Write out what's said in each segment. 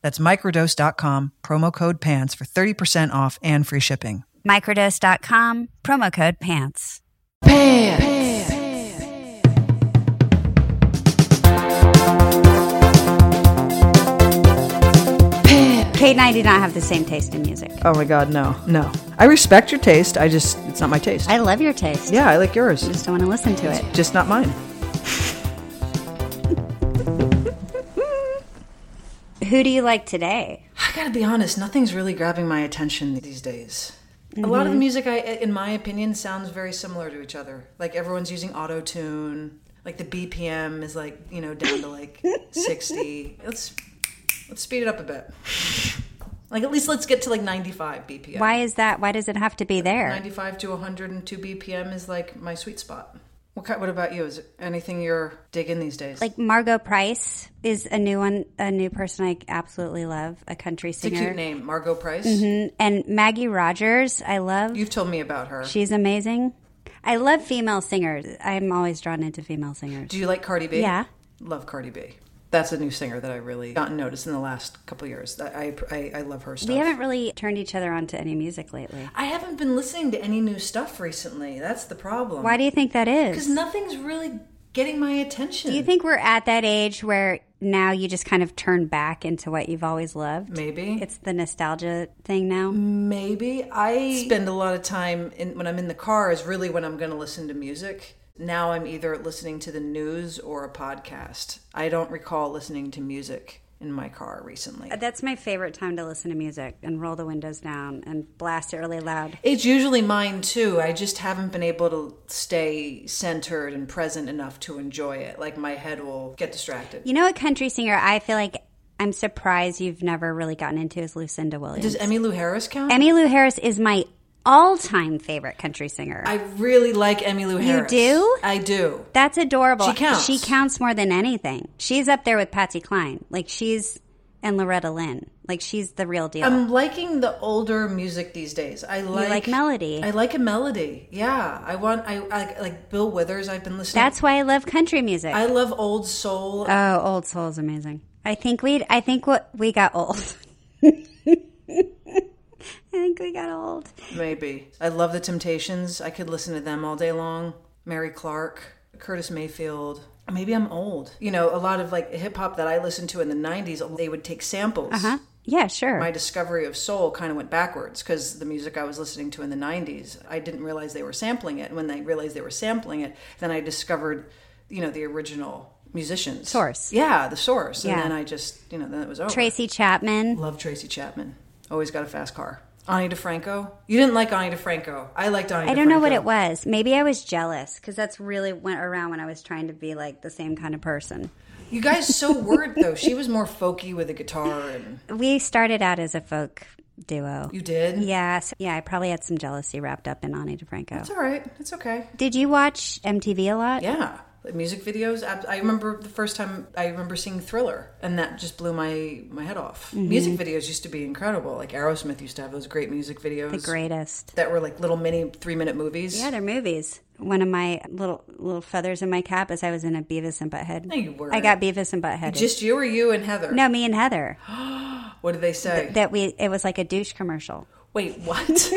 That's microdose.com, promo code PANTS for 30% off and free shipping. Microdose.com, promo code PANTS. Pants. Kate and I do not have the same taste in music. Oh my God, no, no. I respect your taste. I just, it's not my taste. I love your taste. yeah, I like yours. I just don't want to listen to it. just not mine. Who do you like today? I gotta be honest, nothing's really grabbing my attention these days. A lot Mm-hmm. of the music, I, in my opinion, sounds very similar to each other. Like everyone's using auto tune. Like the BPM is like you know down to like sixty. Let's let's speed it up a bit. Like at least let's get to like ninety five BPM. Why is that? Why does it have to be there? Ninety five to one hundred and two BPM is like my sweet spot. What kind, What about you? Is there anything you're digging these days? Like Margot Price is a new one, a new person I absolutely love, a country it's a cute singer. name, Margot Price. Mhm. And Maggie Rogers, I love. You've told me about her. She's amazing. I love female singers. I'm always drawn into female singers. Do you like Cardi B? Yeah. Love Cardi B. That's a new singer that I really gotten noticed in the last couple of years. I, I, I love her stuff. We haven't really turned each other on to any music lately. I haven't been listening to any new stuff recently. That's the problem. Why do you think that is? Because nothing's really getting my attention. Do you think we're at that age where now you just kind of turn back into what you've always loved? Maybe. It's the nostalgia thing now. Mm. Maybe I spend a lot of time in, when I'm in the car is really when I'm going to listen to music. Now I'm either listening to the news or a podcast. I don't recall listening to music in my car recently. That's my favorite time to listen to music and roll the windows down and blast it really loud. It's usually mine too. I just haven't been able to stay centered and present enough to enjoy it. Like my head will get distracted. You know, a country singer I feel like I'm surprised you've never really gotten into is Lucinda Williams. Does Emmy Lou Harris count? Emmy Lou Harris is my all time favorite country singer. I really like Emmy Lou Harris. do? I do. That's adorable. She counts. She counts more than anything. She's up there with Patsy Cline. Like she's and Loretta Lynn. Like she's the real deal. I'm liking the older music these days. I you like, like melody. I like a melody. Yeah, I want. I, I like Bill Withers. I've been listening. That's why I love country music. I love old soul. oh, old soul is amazing. I think we. I think what we got old. I think we got old. Maybe I love the Temptations. I could listen to them all day long. Mary Clark, Curtis Mayfield. Maybe I'm old. You know, a lot of like hip hop that I listened to in the '90s, they would take samples. Huh? Yeah, sure. my discovery of soul kind of went backwards because the music I was listening to in the 90s, I didn't realize they were sampling it. And when I realized they were sampling it, then I discovered, you know, the original musicians. Source. Yeah, the source. Yeah. And then I just, you know, then it was over. Tracy Chapman. Love Tracy Chapman. Always got a fast car. Ani DeFranco. You didn't like Ani DeFranco. I liked Ani I don't know what it was. Maybe I was jealous because that's really went around when I was trying to be like the same kind of person. You guys so word though. She was more folky with a guitar and We started out as a folk duo. you did? Yeah, so, yeah, I probably had some jealousy wrapped up in Ani DeFranco. It's all right. It's okay. Did you watch MTV a lot? Yeah. Like, music videos. ab- I remember the first time I remember seeing Thriller, and that just blew my my head off. Mm-hmm. Music videos used to be incredible. Like Aerosmith used to have those great music videos The greatest. that were like little mini three minute movies. Yeah, they're movies. One of my little little feathers in my cap is I was in a Beavis and Butthead. No, you weren't. I got Beavis and Butthead. Just you or you and Heather. no, me and Heather. What did they say? That we it was like a douche commercial. Wait, what?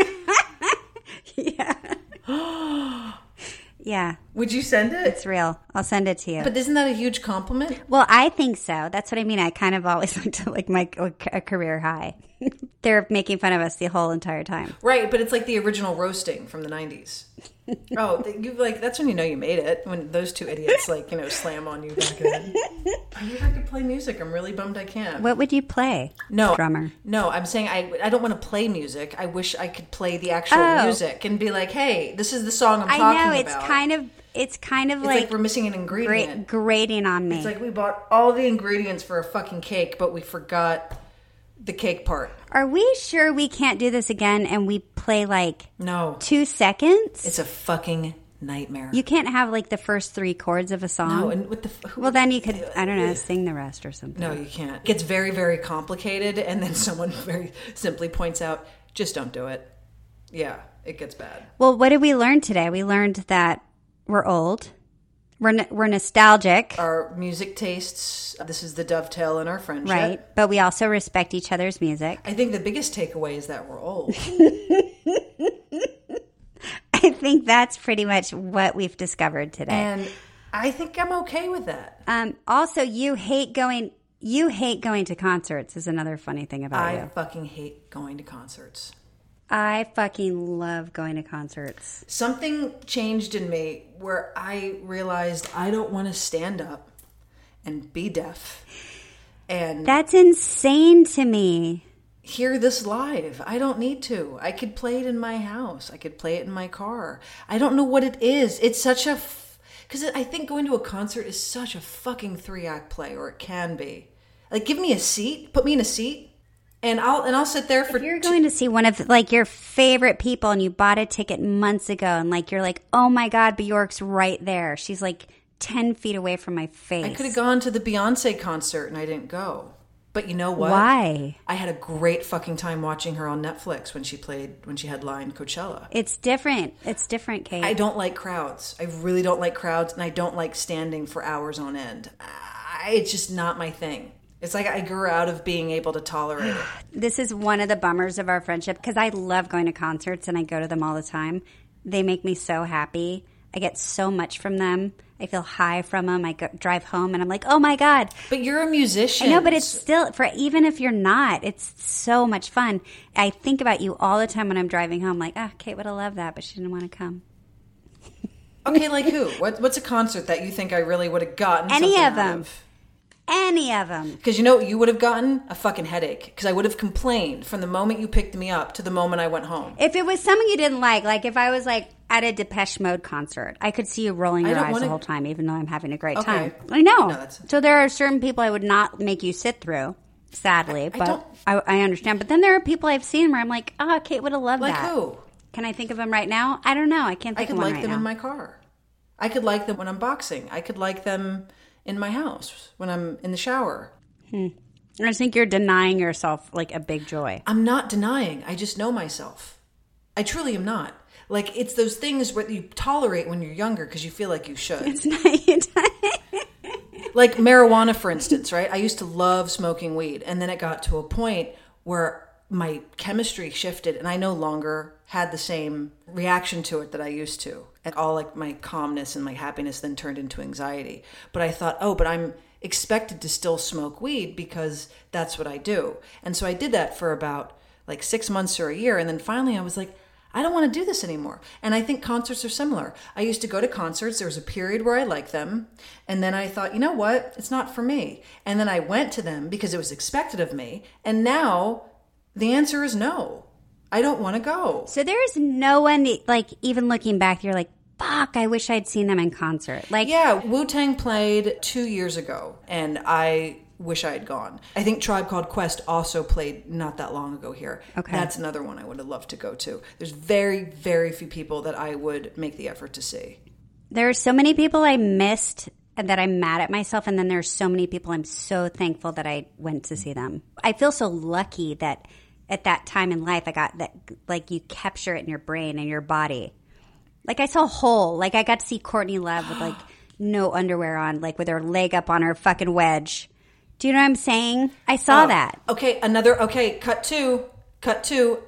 yeah. yeah, Would you send it? it's real. I'll send it to you. But isn't that a huge compliment? well, I think so. That's what I mean. I kind of always like to like my like a career high. They're making fun of us the whole entire time. Right, but it's like the original roasting from the '90s. oh, th- you like that's when you know you made it when those two idiots like you know slam on you back then. I wish I could play music. I'm really bummed I can't. What would you play? no, drummer. No, I'm saying I I don't want to play music. I wish I could play the actual Oh. music and be like, hey, this is the song I'm talking I about. know it's kind of it's kind of It's like, like, we're missing an gra- ingredient. grating on me. It's like we bought all the ingredients for a fucking cake, but we forgot the cake part. Are we sure we can't do this again? And we play like No, two seconds. it's a fucking nightmare. you can't have like the first three chords of a song. no, and with the f- who- Well, then you could, I don't know, sing the rest or something. No, you can't. It gets very, very complicated, and then someone very simply points out, just don't do it. Yeah, it gets bad. Well, what did we learn today? We learned that we're old, we're, n- we're nostalgic, Our music tastes, this is the dovetail in our friendship. right? But we also respect each other's music. I think the biggest takeaway is that we're old. I think that's pretty much what we've discovered today. and I think I'm okay with that. Um, also, you hate going. You hate going to concerts is another funny thing about I you. fucking hate going to concerts. I fucking love going to concerts. Something changed in me where I realized I don't want to stand up and be deaf and That's insane to me. hear this live. I don't need to. I could play it in my house. I could play it in my car. I don't know what it is. It's such a because I think going to a concert is such a fucking three act play, or it can be. Like, give me a seat. Put me in a seat, and I'll and I'll sit there for. If you're going to see one of like your favorite people and you bought a ticket months ago and like you're like, oh my god, Bjork's right there. She's like ten feet away from my face. I could have gone to the Beyonce concert and I didn't go. But you know what? Why? I had a great fucking time watching her on Netflix when she played when she had Lion Coachella. It's different. It's different, Kate. I don't like crowds. I really don't like crowds, and I don't like standing for hours on end. I, it's just not my thing. It's like I grew out of being able to tolerate it. this is one of the bummers of our friendship because I love going to concerts and I go to them all the time. They make me so happy. I get so much from them. I feel high from them. I go, drive home and I'm like, oh my god, But you're a musician. I know, but it's still for even if you're not, it's so much fun. I think about you all the time when I'm driving home. Like, ah, Kate would have loved that, but she didn't want to come. okay. Like who? What, what's a concert that you think I really would have gotten? Any something of them. Any of them. Because you know what you would have gotten a fucking headache. Because I would have complained from the moment you picked me up to the moment I went home. If it was something you didn't like, like if I was like at a Depeche Mode concert, I could see you rolling I your don't eyes wanna- the whole time, even though I'm having a great Okay. time. I know. No, that's- so there are certain people I would not make you sit through. Sadly, don't- but I, I understand. But then there are people I've seen where I'm like, oh, Kate would have loved Like that. who? Can I think of them right now? I don't know. I can't I think could of one like right them now. in my car. I could like them when I'm boxing. I could like them in my house when I'm in the shower. I just think you're denying yourself like a big joy. I'm not denying. I just know myself. I truly am not. Like it's those things where you tolerate when you're younger because you feel like you should. It's not you like marijuana, for instance, right? I used to love smoking weed, and then it got to a point where my chemistry shifted, and I no longer had the same reaction to it that I used to. Like all like my calmness and my happiness then turned into anxiety. But I thought, oh, but I'm expected to still smoke weed because that's what I do. And so I did that for about like six months or a year. And then finally I was like, I don't want to do this anymore. And I think concerts are similar. I used to go to concerts. There was a period where I liked them. And then I thought, you know what? It's not for me. And then I went to them because it was expected of me. And now the answer is no. I don't want to go. So there's no one like even looking back. You're like, fuck. I wish I'd seen them in concert. Like, Yeah, Wu Tang played two years ago, and I wish I had gone. I think Tribe Called Quest also played not that long ago here. Okay. That's another one I would have loved to go to. There's very, very few people that I would make the effort to see. There are so many people I missed and that I'm mad at myself, and then there's so many people I'm so thankful that I went to see them. I feel so lucky that at that time in life I got that like you capture it in your brain and your body. Like I saw Hole, like I got to see Courtney Love with like no underwear on, like with her leg up on her fucking wedge. Do you know what I'm saying? I saw that. Oh, Okay, another. Okay, cut two. Cut two.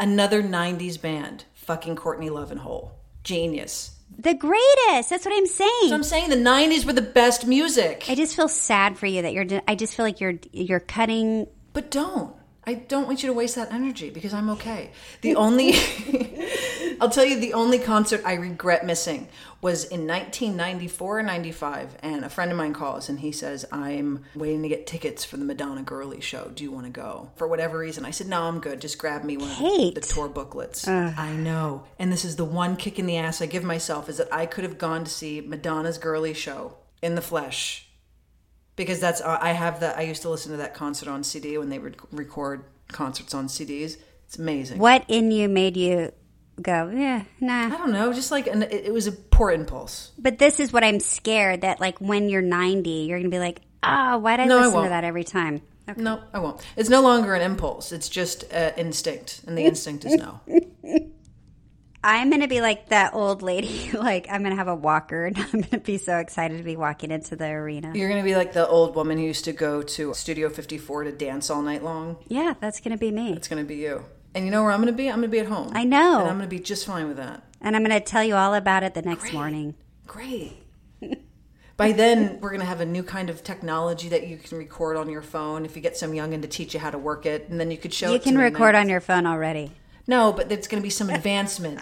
Another '90s band. Fucking Courtney Love and Hole. Genius. The greatest. That's what I'm saying. So I'm saying the '90s were the best music. I just feel sad for you that you're. I just feel like you're you're cutting. But don't. I don't want you to waste that energy because I'm okay. The only, I'll tell you, the only concert I regret missing was in 1994 or 95. And a friend of mine calls and he says, I'm waiting to get tickets for the Madonna Girly show. Do you want to go? For whatever reason, I said, No, I'm good. Just grab me one Kate. of the, the tour booklets. I know. And this is the one kick in the ass I give myself is that I could have gone to see Madonna's Girly show in the flesh because that's uh, I have that I used to listen to that concert on CD when they would record concerts on CDs. It's amazing. What in you made you go? Yeah, nah. I don't know, just like an, it, it was a poor impulse. But this is what I'm scared that like when you're 90, you're gonna be like, ah, why did I No, I listen to won't. that every time? Okay. No, I won't. It's no longer an impulse. It's just uh, instinct, and the instinct is no. I'm gonna be like that old lady. Like I'm gonna have a walker, and I'm gonna be so excited to be walking into the arena. You're gonna be like the old woman who used to go to Studio 54 to dance all night long. Yeah, that's gonna be me. It's gonna be you. And you know where I'm gonna be? I'm gonna be at home. I know. And I'm gonna be just fine with that. And I'm gonna tell you all about it the next morning. Great. By then, we're going to have a new kind of technology that you can record on your phone if you get some youngin' to teach you how to work it, and then you could show You it to can them. record on your phone already. No, but there's going to be some advancement.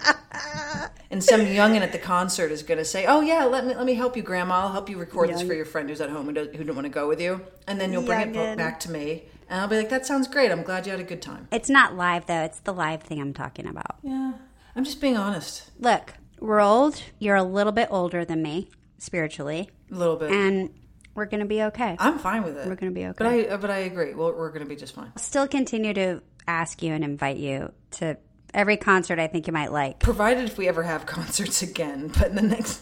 and some youngin' at the concert is going to say, "Oh yeah, let me let me help you, Grandma. I'll help you record this for your friend who's at home and who didn't want to go with you." And then you'll bring it Youngin'. bo- back to me, and I'll be like, "That sounds great. I'm glad you had a good time." It's not live though. It's the live thing I'm talking about. Yeah, I'm just being honest Look, we're old. You're a little bit older than me spiritually, a little bit. and we're gonna be okay. I'm fine with it. We're gonna be But I but I agree. Well, we're going to be just fine. Still continue to ask you and invite you to every concert I think you might like. provided if we ever have concerts again but the next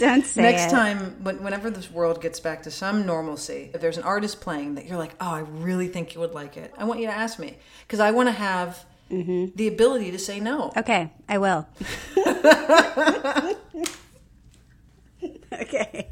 Don't say next it. time when, whenever this world gets back to some normalcy if there's an artist playing that you're like oh i really think you would like it i want you to ask me because i want to have the ability to say no Okay, I will. okay.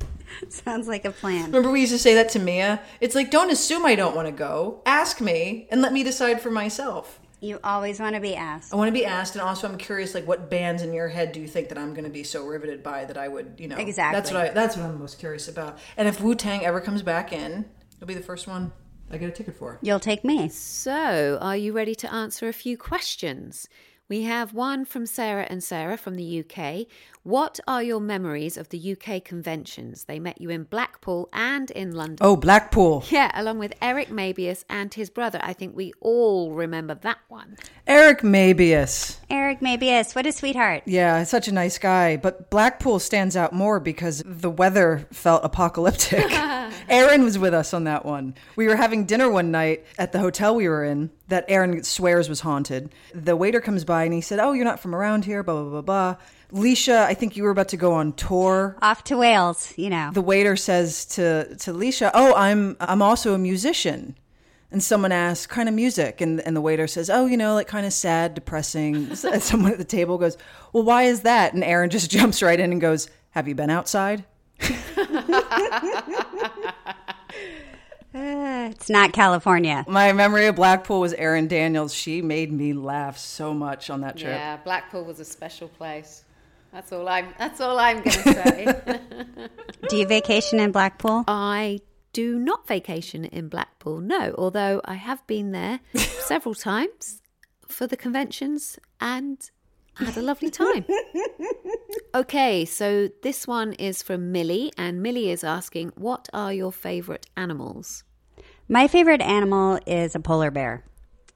Sounds like a plan. remember we used to say that to mia it's like don't assume i don't want to go ask me and let me decide for myself You always want to be asked. i want to be asked and also i'm curious like what bands in your head do you think that i'm going to be so riveted by that i would you know that's Exactly. what i that's what i'm most curious about and if wu-tang ever comes back in it'll be the first one i get a ticket for You'll take me. So, are you ready to answer a few questions? We have one from Sarah and Sarah from the UK. What are your memories of the UK conventions? They met you in Blackpool and in London. Oh, Blackpool. Yeah, along with Eric Mabius and his brother. I think we all remember that one. Eric Mabius. Eric Mabius, what a sweetheart. Yeah, he's such a nice guy. But Blackpool stands out more because the weather felt apocalyptic. Aaron was with us on that one. We were having dinner one night at the hotel we were in that Aaron swears was haunted. The waiter comes by and he said, Oh, you're not from around here, blah, blah, blah, blah. Leisha, I think you were about to go on tour. Off to Wales, you know. the waiter says to to Leisha, "Oh, I'm I'm also a musician." And someone asks, "Kind of music?" And and the waiter says, "Oh, you know, like kind of sad, depressing." S- and someone at the table goes, "Well, why is that?" And Aaron just jumps right in and goes, "Have you been outside?" It's not California. My memory of Blackpool was Aaron Daniels. She made me laugh so much on that trip. Yeah, Blackpool was a special place. That's all I'm that's all I'm going to say. Do you vacation in Blackpool? I do not vacation in Blackpool, no, although I have been there several times for the conventions and had a lovely time. okay, so this one is from Millie, and Millie is asking, What are your favourite animals? My favorite animal is a polar bear.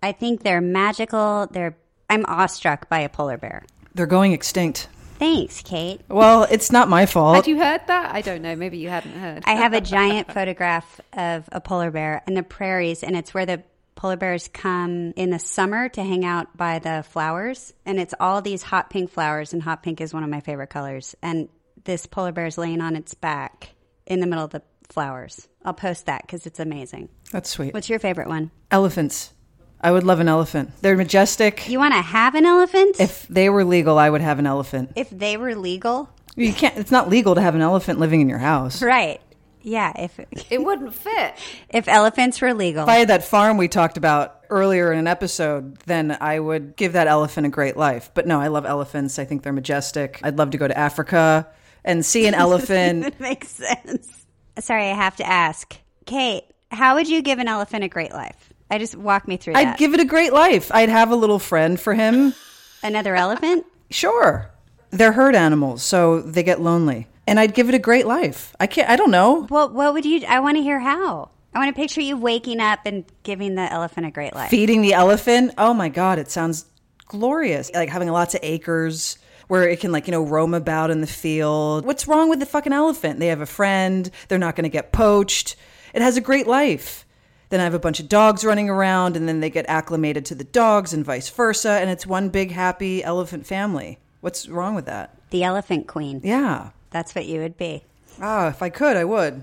I think they're magical. They're I'm awestruck by a polar bear. They're going extinct. Thanks, Kate. Well, it's not my fault. Had you heard that? I don't know, maybe you hadn't heard. I have a giant photograph of a polar bear in the prairies, and it's where the polar bears come in the summer to hang out by the flowers, and it's all these hot pink flowers, and hot pink is one of my favorite colors. And this polar bear is laying on its back in the middle of the flowers. I'll post that because it's amazing. That's sweet. What's your favorite one? Elephants. I would love an elephant. They're majestic. You want to have an elephant? If they were legal, I would have an elephant. if they were legal, You can't. It's not legal to have an elephant living in your house. If right? Yeah. If It wouldn't fit. if elephants were legal, I had that farm we talked about earlier in an episode, then I would give that elephant a great life. But no, I love elephants. I think they're majestic. I'd love to go to Africa and see an elephant. it makes sense. Sorry, I have to ask, Kate. How would you give an elephant a great life? I just walk me through I'd that. give it a great life. I'd have a little friend for him. Another elephant? Sure. They're herd animals, so they get lonely. And I'd give it a great life. I can't I don't know. What what would you I want to hear how? I want to picture you waking up and giving the elephant a great life. Feeding the elephant. Oh my god, it sounds glorious. Like having lots of acres where it can like, you know, roam about in the field. What's wrong with the fucking elephant? They have a friend. They're not going to get poached. It has a great life. Then I have a bunch of dogs running around and then they get acclimated to the dogs and vice versa and it's one big happy elephant family. What's wrong with that? The elephant queen. Yeah. That's what you would be. Ah, if I could, I would.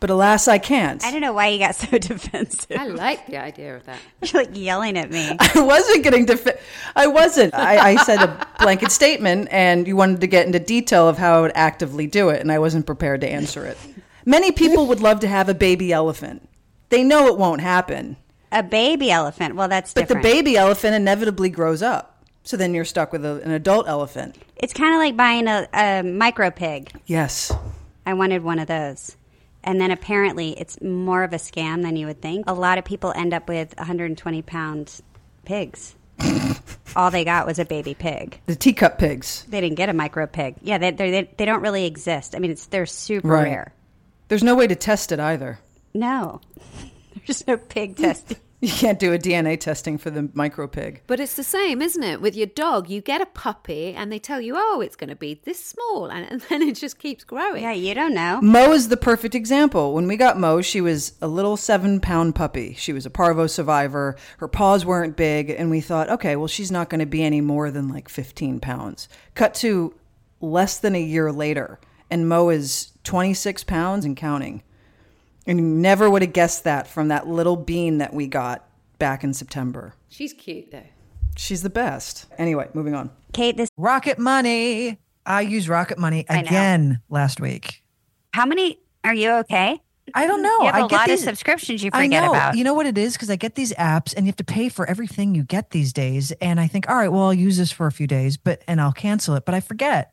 But alas, I can't. I don't know why you got so defensive. I like the idea of that. You're like yelling at me. I wasn't getting def- I wasn't. I, I said a blanket statement, and you wanted to get into detail of how I would actively do it, and I wasn't prepared to answer it. Many people would love to have a baby elephant. They know it won't happen, A baby elephant. Well, that's but different. the baby elephant inevitably grows up. So then you're stuck with a, an adult elephant. it's kind of like buying a, a micro pig. Yes. I wanted one of those. And then apparently it's more of a scam than you would think. A lot of people end up with 120 pound pigs. All they got was a baby pig. The teacup pigs. They didn't get a micro pig. Yeah, they, they, they- they don't really exist. I mean, it's they're super Right. rare. There's no way to test it either. No, there's no pig testing. You can't do a DNA testing for the micro pig. But it's the same, isn't it? With your dog, you get a puppy and they tell you, oh, it's going to be this small. And, and then it just keeps growing. yeah, you don't know. Mo is the perfect example. When we got Mo, she was a little seven pound puppy. She was a parvo survivor. Her paws weren't big. And we thought, okay, well, she's not going to be any more than like 15 pounds. Cut to less than a year later. And Mo is 26 pounds and counting. And you never would have guessed that from that little bean that we got back in September. She's cute, though. She's the best. Anyway, moving on. Kate, this Rocket Money. I used Rocket Money I know. again last week. how many are you okay? I don't know. You have Oh, I a get lot these, of subscriptions you I forget know. about. You know what it is? Because I get these apps and you have to pay for everything you get these days. And I think, all right, well, I'll use this for a few days, but and I'll cancel it. But I forget.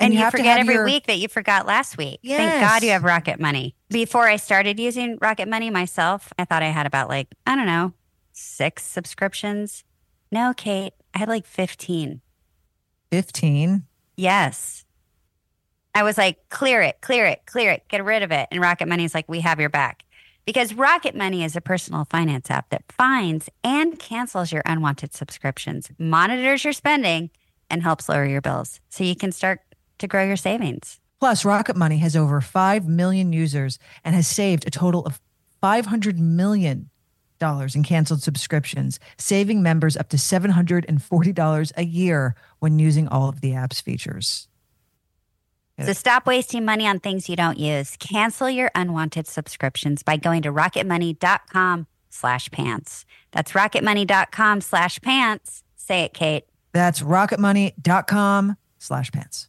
and you, have to forget have every your- week that you forgot last week. Thank Yes. God you have Rocket Money. Before I started using Rocket Money myself, I thought I had about like, I don't know, six subscriptions. No, Kate, I had like 15. 15. Yes. I was like, clear it, clear it, clear it, get rid of it. And Rocket Money is like, we have your back. Because Rocket Money is a personal finance app that finds and cancels your unwanted subscriptions, monitors your spending, and helps lower your bills so you can start to grow your savings. Plus, Rocket Money has over 5 million users and has saved a total of $500 million in canceled subscriptions, saving members up to $740 a year when using all of the app's features. So stop wasting money on things you don't use. Cancel your unwanted subscriptions by going to rocketmoney.com slash pants. That's rocketmoney.com slash pants. Say it, Kate. That's rocketmoney.com slash pants.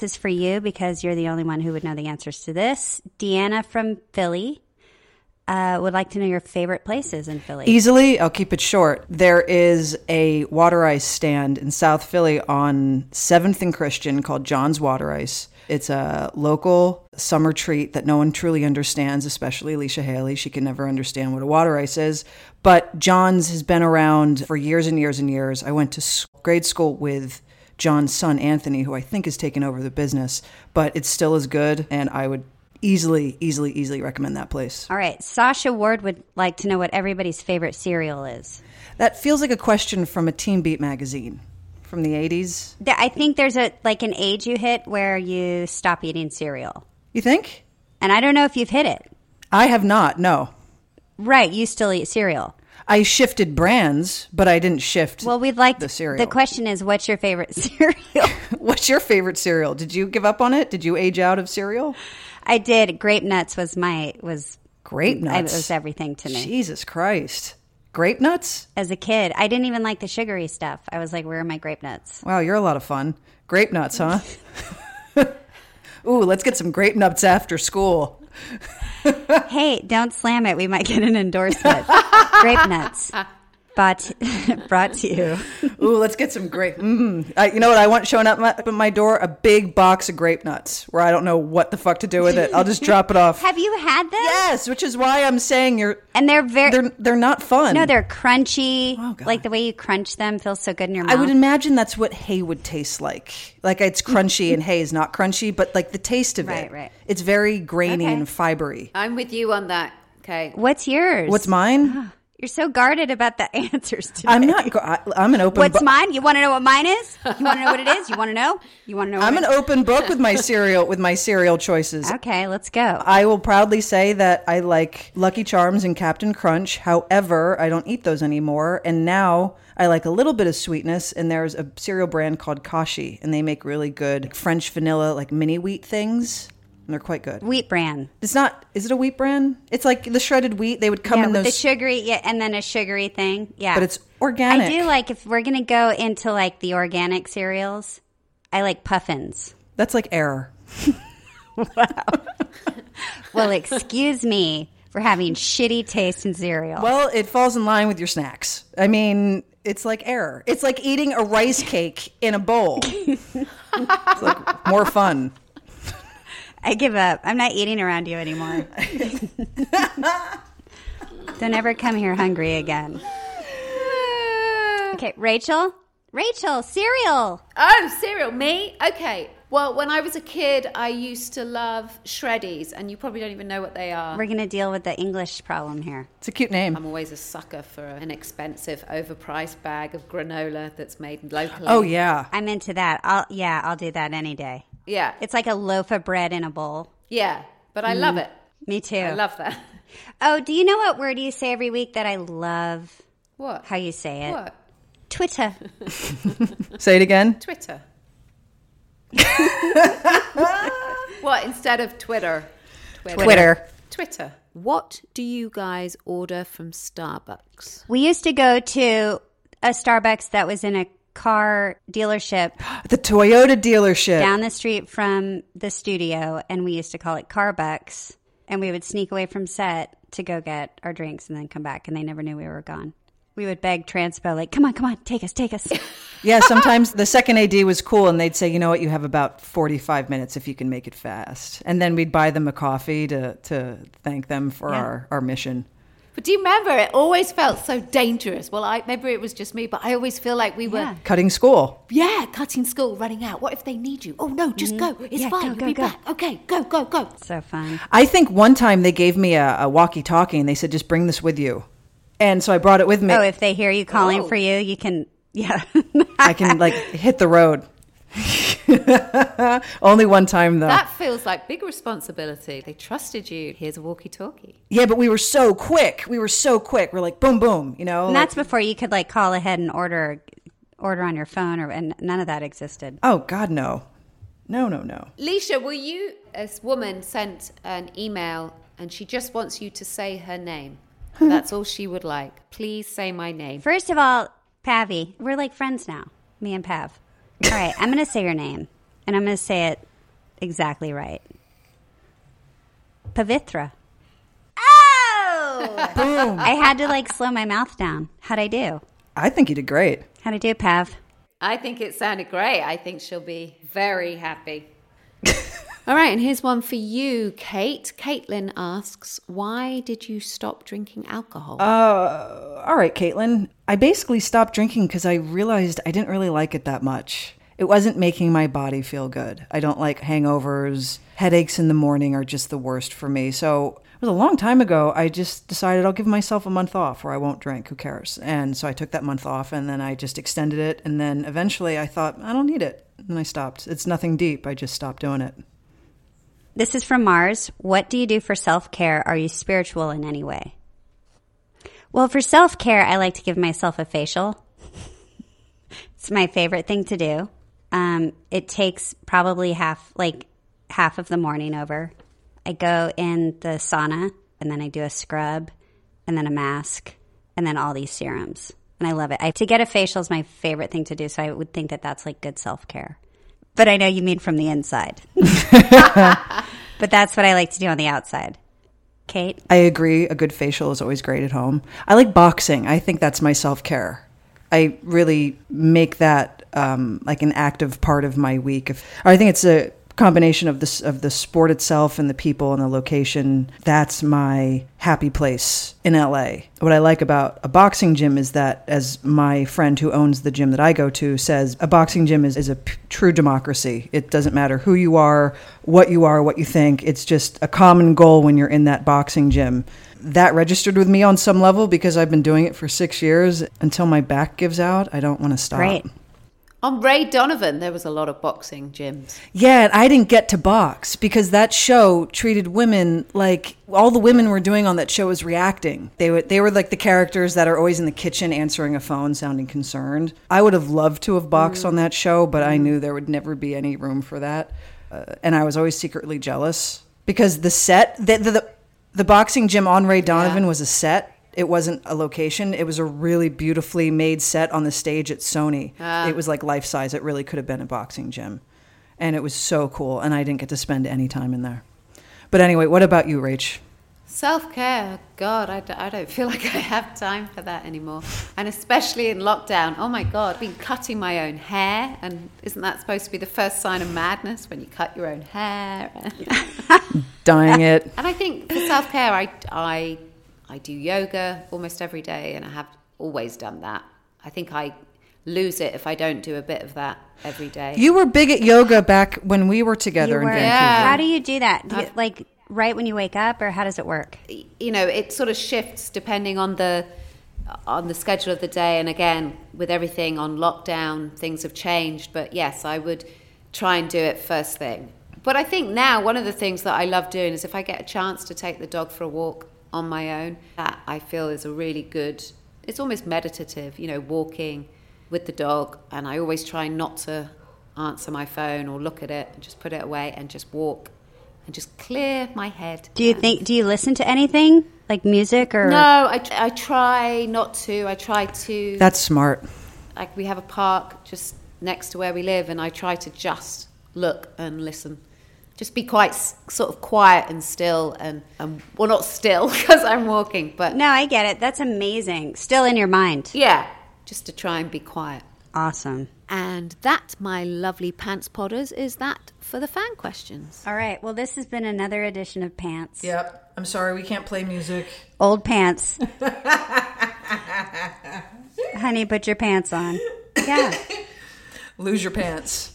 This is for you because you're the only one who would know the answers to this. Deanna from Philly. uh, would like to know your favorite places in Philly. Easily, I'll keep it short. There is a water ice stand in South Philly on 7th and Christian called John's Water Ice. It's a local summer treat that no one truly understands, especially Alicia Haley. She can never understand what a water ice is. But John's has been around for years and years and years. I went to s- grade school with John's son, Anthony, who I think has taken over the business, but it's still as good. And I would easily, easily, easily recommend that place. All right. Sasha Ward would like to know what everybody's favorite cereal is. That feels like a question from a Teen Beat magazine from the 80s. Th- I think there's a like an age you hit where you stop eating cereal. You think? And I don't know if you've hit it. I have not, no. Right, you still eat cereal. I shifted brands, but I didn't shift. Well, we'd like the cereal. The question is what's your favorite cereal? What's your favorite cereal? Did you give up on it? Did you age out of cereal? I did. Grape nuts was my was Grape I- nuts. It was everything to me. Jesus Christ. Grape nuts? As a kid, I didn't even like the sugary stuff. I was like, where are my grape nuts? Wow, you're a lot of fun. Grape nuts, huh? Ooh, let's get some grape nuts after school. Hey, don't slam it. We might get an endorsement. grape nuts. Bought, brought to you. Ooh, let's get some grape. Mm. I, you know what I want showing up, my, up at my door? A big box of grape nuts where I don't know what the fuck to do with it. I'll just drop it off. Have you had them? yes, which is why I'm saying you're. And they're very They're they're not fun. no, they're crunchy. God. like the way you crunch them feels so good in your mouth. I would imagine that's what hay would taste like. Like it's crunchy and hay is not crunchy, but like the taste of Right, it. right. It's very Okay. grainy Uh, and fibery. I'm with you on that. Okay. What's yours? What's mine? You're so guarded about the answers today. I'm not. go- I, I'm an open. What's bu- mine? You want to know what mine is? You want to know what it is? You want to know? You want to know? I'm what an open book with my cereal with my cereal choices. it- okay. Let's go. I will proudly say that I like Lucky Charms and Captain Crunch. However, I don't eat those anymore. And now I like a little bit of sweetness. And there's a cereal brand called Kashi, and they make really good French vanilla, like mini wheat things. And they're quite good. Wheat bran. It's not, is it a wheat brand? It's like the shredded wheat. They would come Yeah, in with the those, sugary, yeah, and then a sugary thing. Yeah, but it's I organic. do like if we're gonna go into like the organic cereals. I like puffins. That's like error. Well, excuse me for having shitty taste in cereal. Well, it falls in line with your snacks. I mean, it's like error. It's like eating a rice cake in a bowl. it's like more fun. I give up. I'm not eating around you anymore. Don't ever come here hungry again. Okay, Rachel. Rachel, cereal. Oh, cereal, me? Okay. Well, when I was a kid, I used to love Shreddies, and you probably don't even know what they are. We're gonna deal with the English problem here. It's a cute name. I'm always a sucker for an expensive, overpriced bag of granola that's made locally. Oh yeah. I'm into that. I'll yeah, I'll do that any day. yeah, It's like a loaf of bread in a bowl. yeah. But I love it. Me too. I love that. oh, do you know what word you say every week that I love What? how you say it? What? Twitter. Say it again. Twitter. what instead of Twitter? Twitter. Twitter. Twitter. What do you guys order from Starbucks? We used to go to a Starbucks that was in a car dealership The Toyota dealership. down the street from the studio, and we used to call it Carbucks. And we would sneak away from set to go get our drinks and then come back, and they never knew we were gone. We would beg Transpo, like, come on, come on, take us, take us. Yeah, sometimes the second AD was cool and they'd say, "You know what? You have about 45 minutes if you can make it fast." And then we'd buy them a coffee to to thank them for our our mission. But do you remember? It always felt so dangerous. Well, I maybe it was just me, but I always feel like we were yeah, Cutting school. cutting school, running out. What if they need you? Oh no, just go. It's Mm-hmm. Yeah, fine. go, You'll go, be go. back. Okay, go, go, go. so fun. I think one time they gave me a, a walkie-talkie and they said, "Just bring this with you." And so I brought it with me. Oh, if they hear you calling for you, you can, yeah. I can like hit the road. Only one time though. That feels like big responsibility. They trusted you. Here's a walkie-talkie. yeah, but we were so quick. We were so quick. We're like boom boom, you know. and like- that's before you could like call ahead and order order on your phone, or and none of that existed. oh god no. No, no, no. Leisha, will you? This woman sent an email, and she just wants you to say her name. That's all she would like. Please say my name. First of all, Pavi, we're like friends now, me and Pav. All right, I'm going to say your name, and I'm going to say it exactly right. Pavithra. Oh! Boom. I had to like slow my mouth down. How'd I do? I think you did great. How'd I do, Pav? I think it sounded great. I think she'll be very happy. All right, and here's one for you, Kate. Caitlin asks, why did you stop drinking alcohol? Uh, All right, Caitlin. I basically stopped drinking because I realized I didn't really like it that much. It wasn't making my body feel good. I don't like hangovers. Headaches in the morning are just the worst for me. So it was a long time ago. I just decided I'll give myself a month off where I won't drink. Who cares? And so I took that month off and then I just extended it. And then eventually I thought, I don't need it. And I stopped. It's nothing deep. I just stopped doing it. This is from Mars. What do you do for self care? Are you spiritual in any way? Well, for self care, I like to give myself a facial. it's my favorite thing to do. Um, it takes probably half, like half of the morning over. I go in the sauna and then I do a scrub and then a mask and then all these serums. And I love it. I, to get a facial is my favorite thing to do. So I would think that that's like good self care. But I know you mean from the inside. but that's what I like to do on the outside. Kate? I agree. A good facial is always great at home. I like boxing. I think that's my self care. I really make that um, like an active part of my week. If, I think it's a combination of this of the sport itself and the people and the location. That's my happy place in LA. What I like about a boxing gym is that, as my friend who owns the gym that I go to says, a boxing gym is, is a p- true democracy. It doesn't matter who you are, what you are, what you think. It's just a common goal when you're in that boxing gym. That registered with me on some level because I've been doing it for six years. Until my back gives out, I don't want to stop. Great. On Ray Donovan, there was a lot of boxing gyms. Yeah, and I didn't get to box because that show treated women like all the women were doing on that show was reacting. They were they were like the characters that are always in the kitchen answering a phone, sounding concerned. I would have loved to have boxed on that show, but I knew there would never be any room for that, uh, and I was always secretly jealous because the set the the, the, the boxing gym on Ray Donovan was a set. It wasn't a location. It was a really beautifully made set on the stage at Sony. It was like life size. It really could have been a boxing gym and it was so cool and i didn't get to spend any time in there but anyway what about you rach Self care, God, I, d- I don't feel like I have time for that anymore. And especially in lockdown, oh my God, I've been cutting my own hair. And isn't that supposed to be the first sign of madness when you cut your own hair? dying it And I think for self care, I, I, I do yoga almost every day, and I have always done that. I think I lose it if I don't do a bit of that every day. you were big at yoga back when we were together in vancouver How do you do that? Do you, like right when you wake up, or how does it work? you know it sort of shifts depending on the on the schedule of the day and again with everything on lockdown things have changed but yes i would try and do it first thing but i think now one of the things that i love doing is if i get a chance to take the dog for a walk on my own that i feel is a really good it's almost meditative you know walking with the dog and i always try not to answer my phone or look at it and just put it away and just walk and just clear my head Do you think? Do you listen to anything like music or? no, I, I try not to. I try to. that's smart like we have a park just next to where we live, and I try to just look and listen. Just be quite s- sort of quiet and still, and, and well, not still because I'm walking, but No, I get it. That's amazing. Still in your mind. yeah, just to try and be quiet. Awesome. and that, my lovely pants podders, is that for the fan questions. All right. Well, this has been another edition of Pants. yep i'm sorry we can't play music Old pants. Honey, put your pants on. Yeah. lose your pants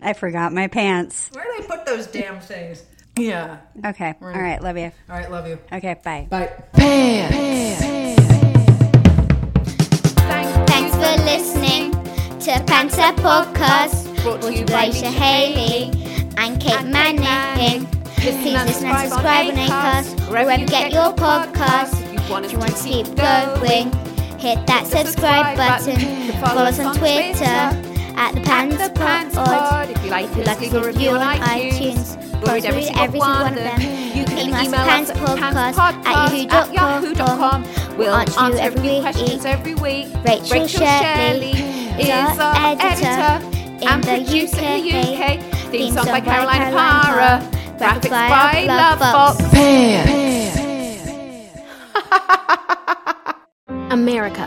I forgot my pants. where did i put those damn things yeah Okay. All right. Love you. all right love you Okay. Bye. bye Thanks for listening to Panther Podcast. Brought to you by Aisha Haley and Kate Manning. Please listen and subscribe on Acast, wherever you get your podcasts. If you want to keep going, hit that subscribe button. Follow us on Twitter at the Panther Pod. If you like to review on iTunes, possibly every single one of them. You can email us at pantherpodcast at yahoo.com. We'll answer you every week. every week. Rachel Shirley is our editor in the UK. Theme song by Carolina Parra. Graphics by Love Fox. America.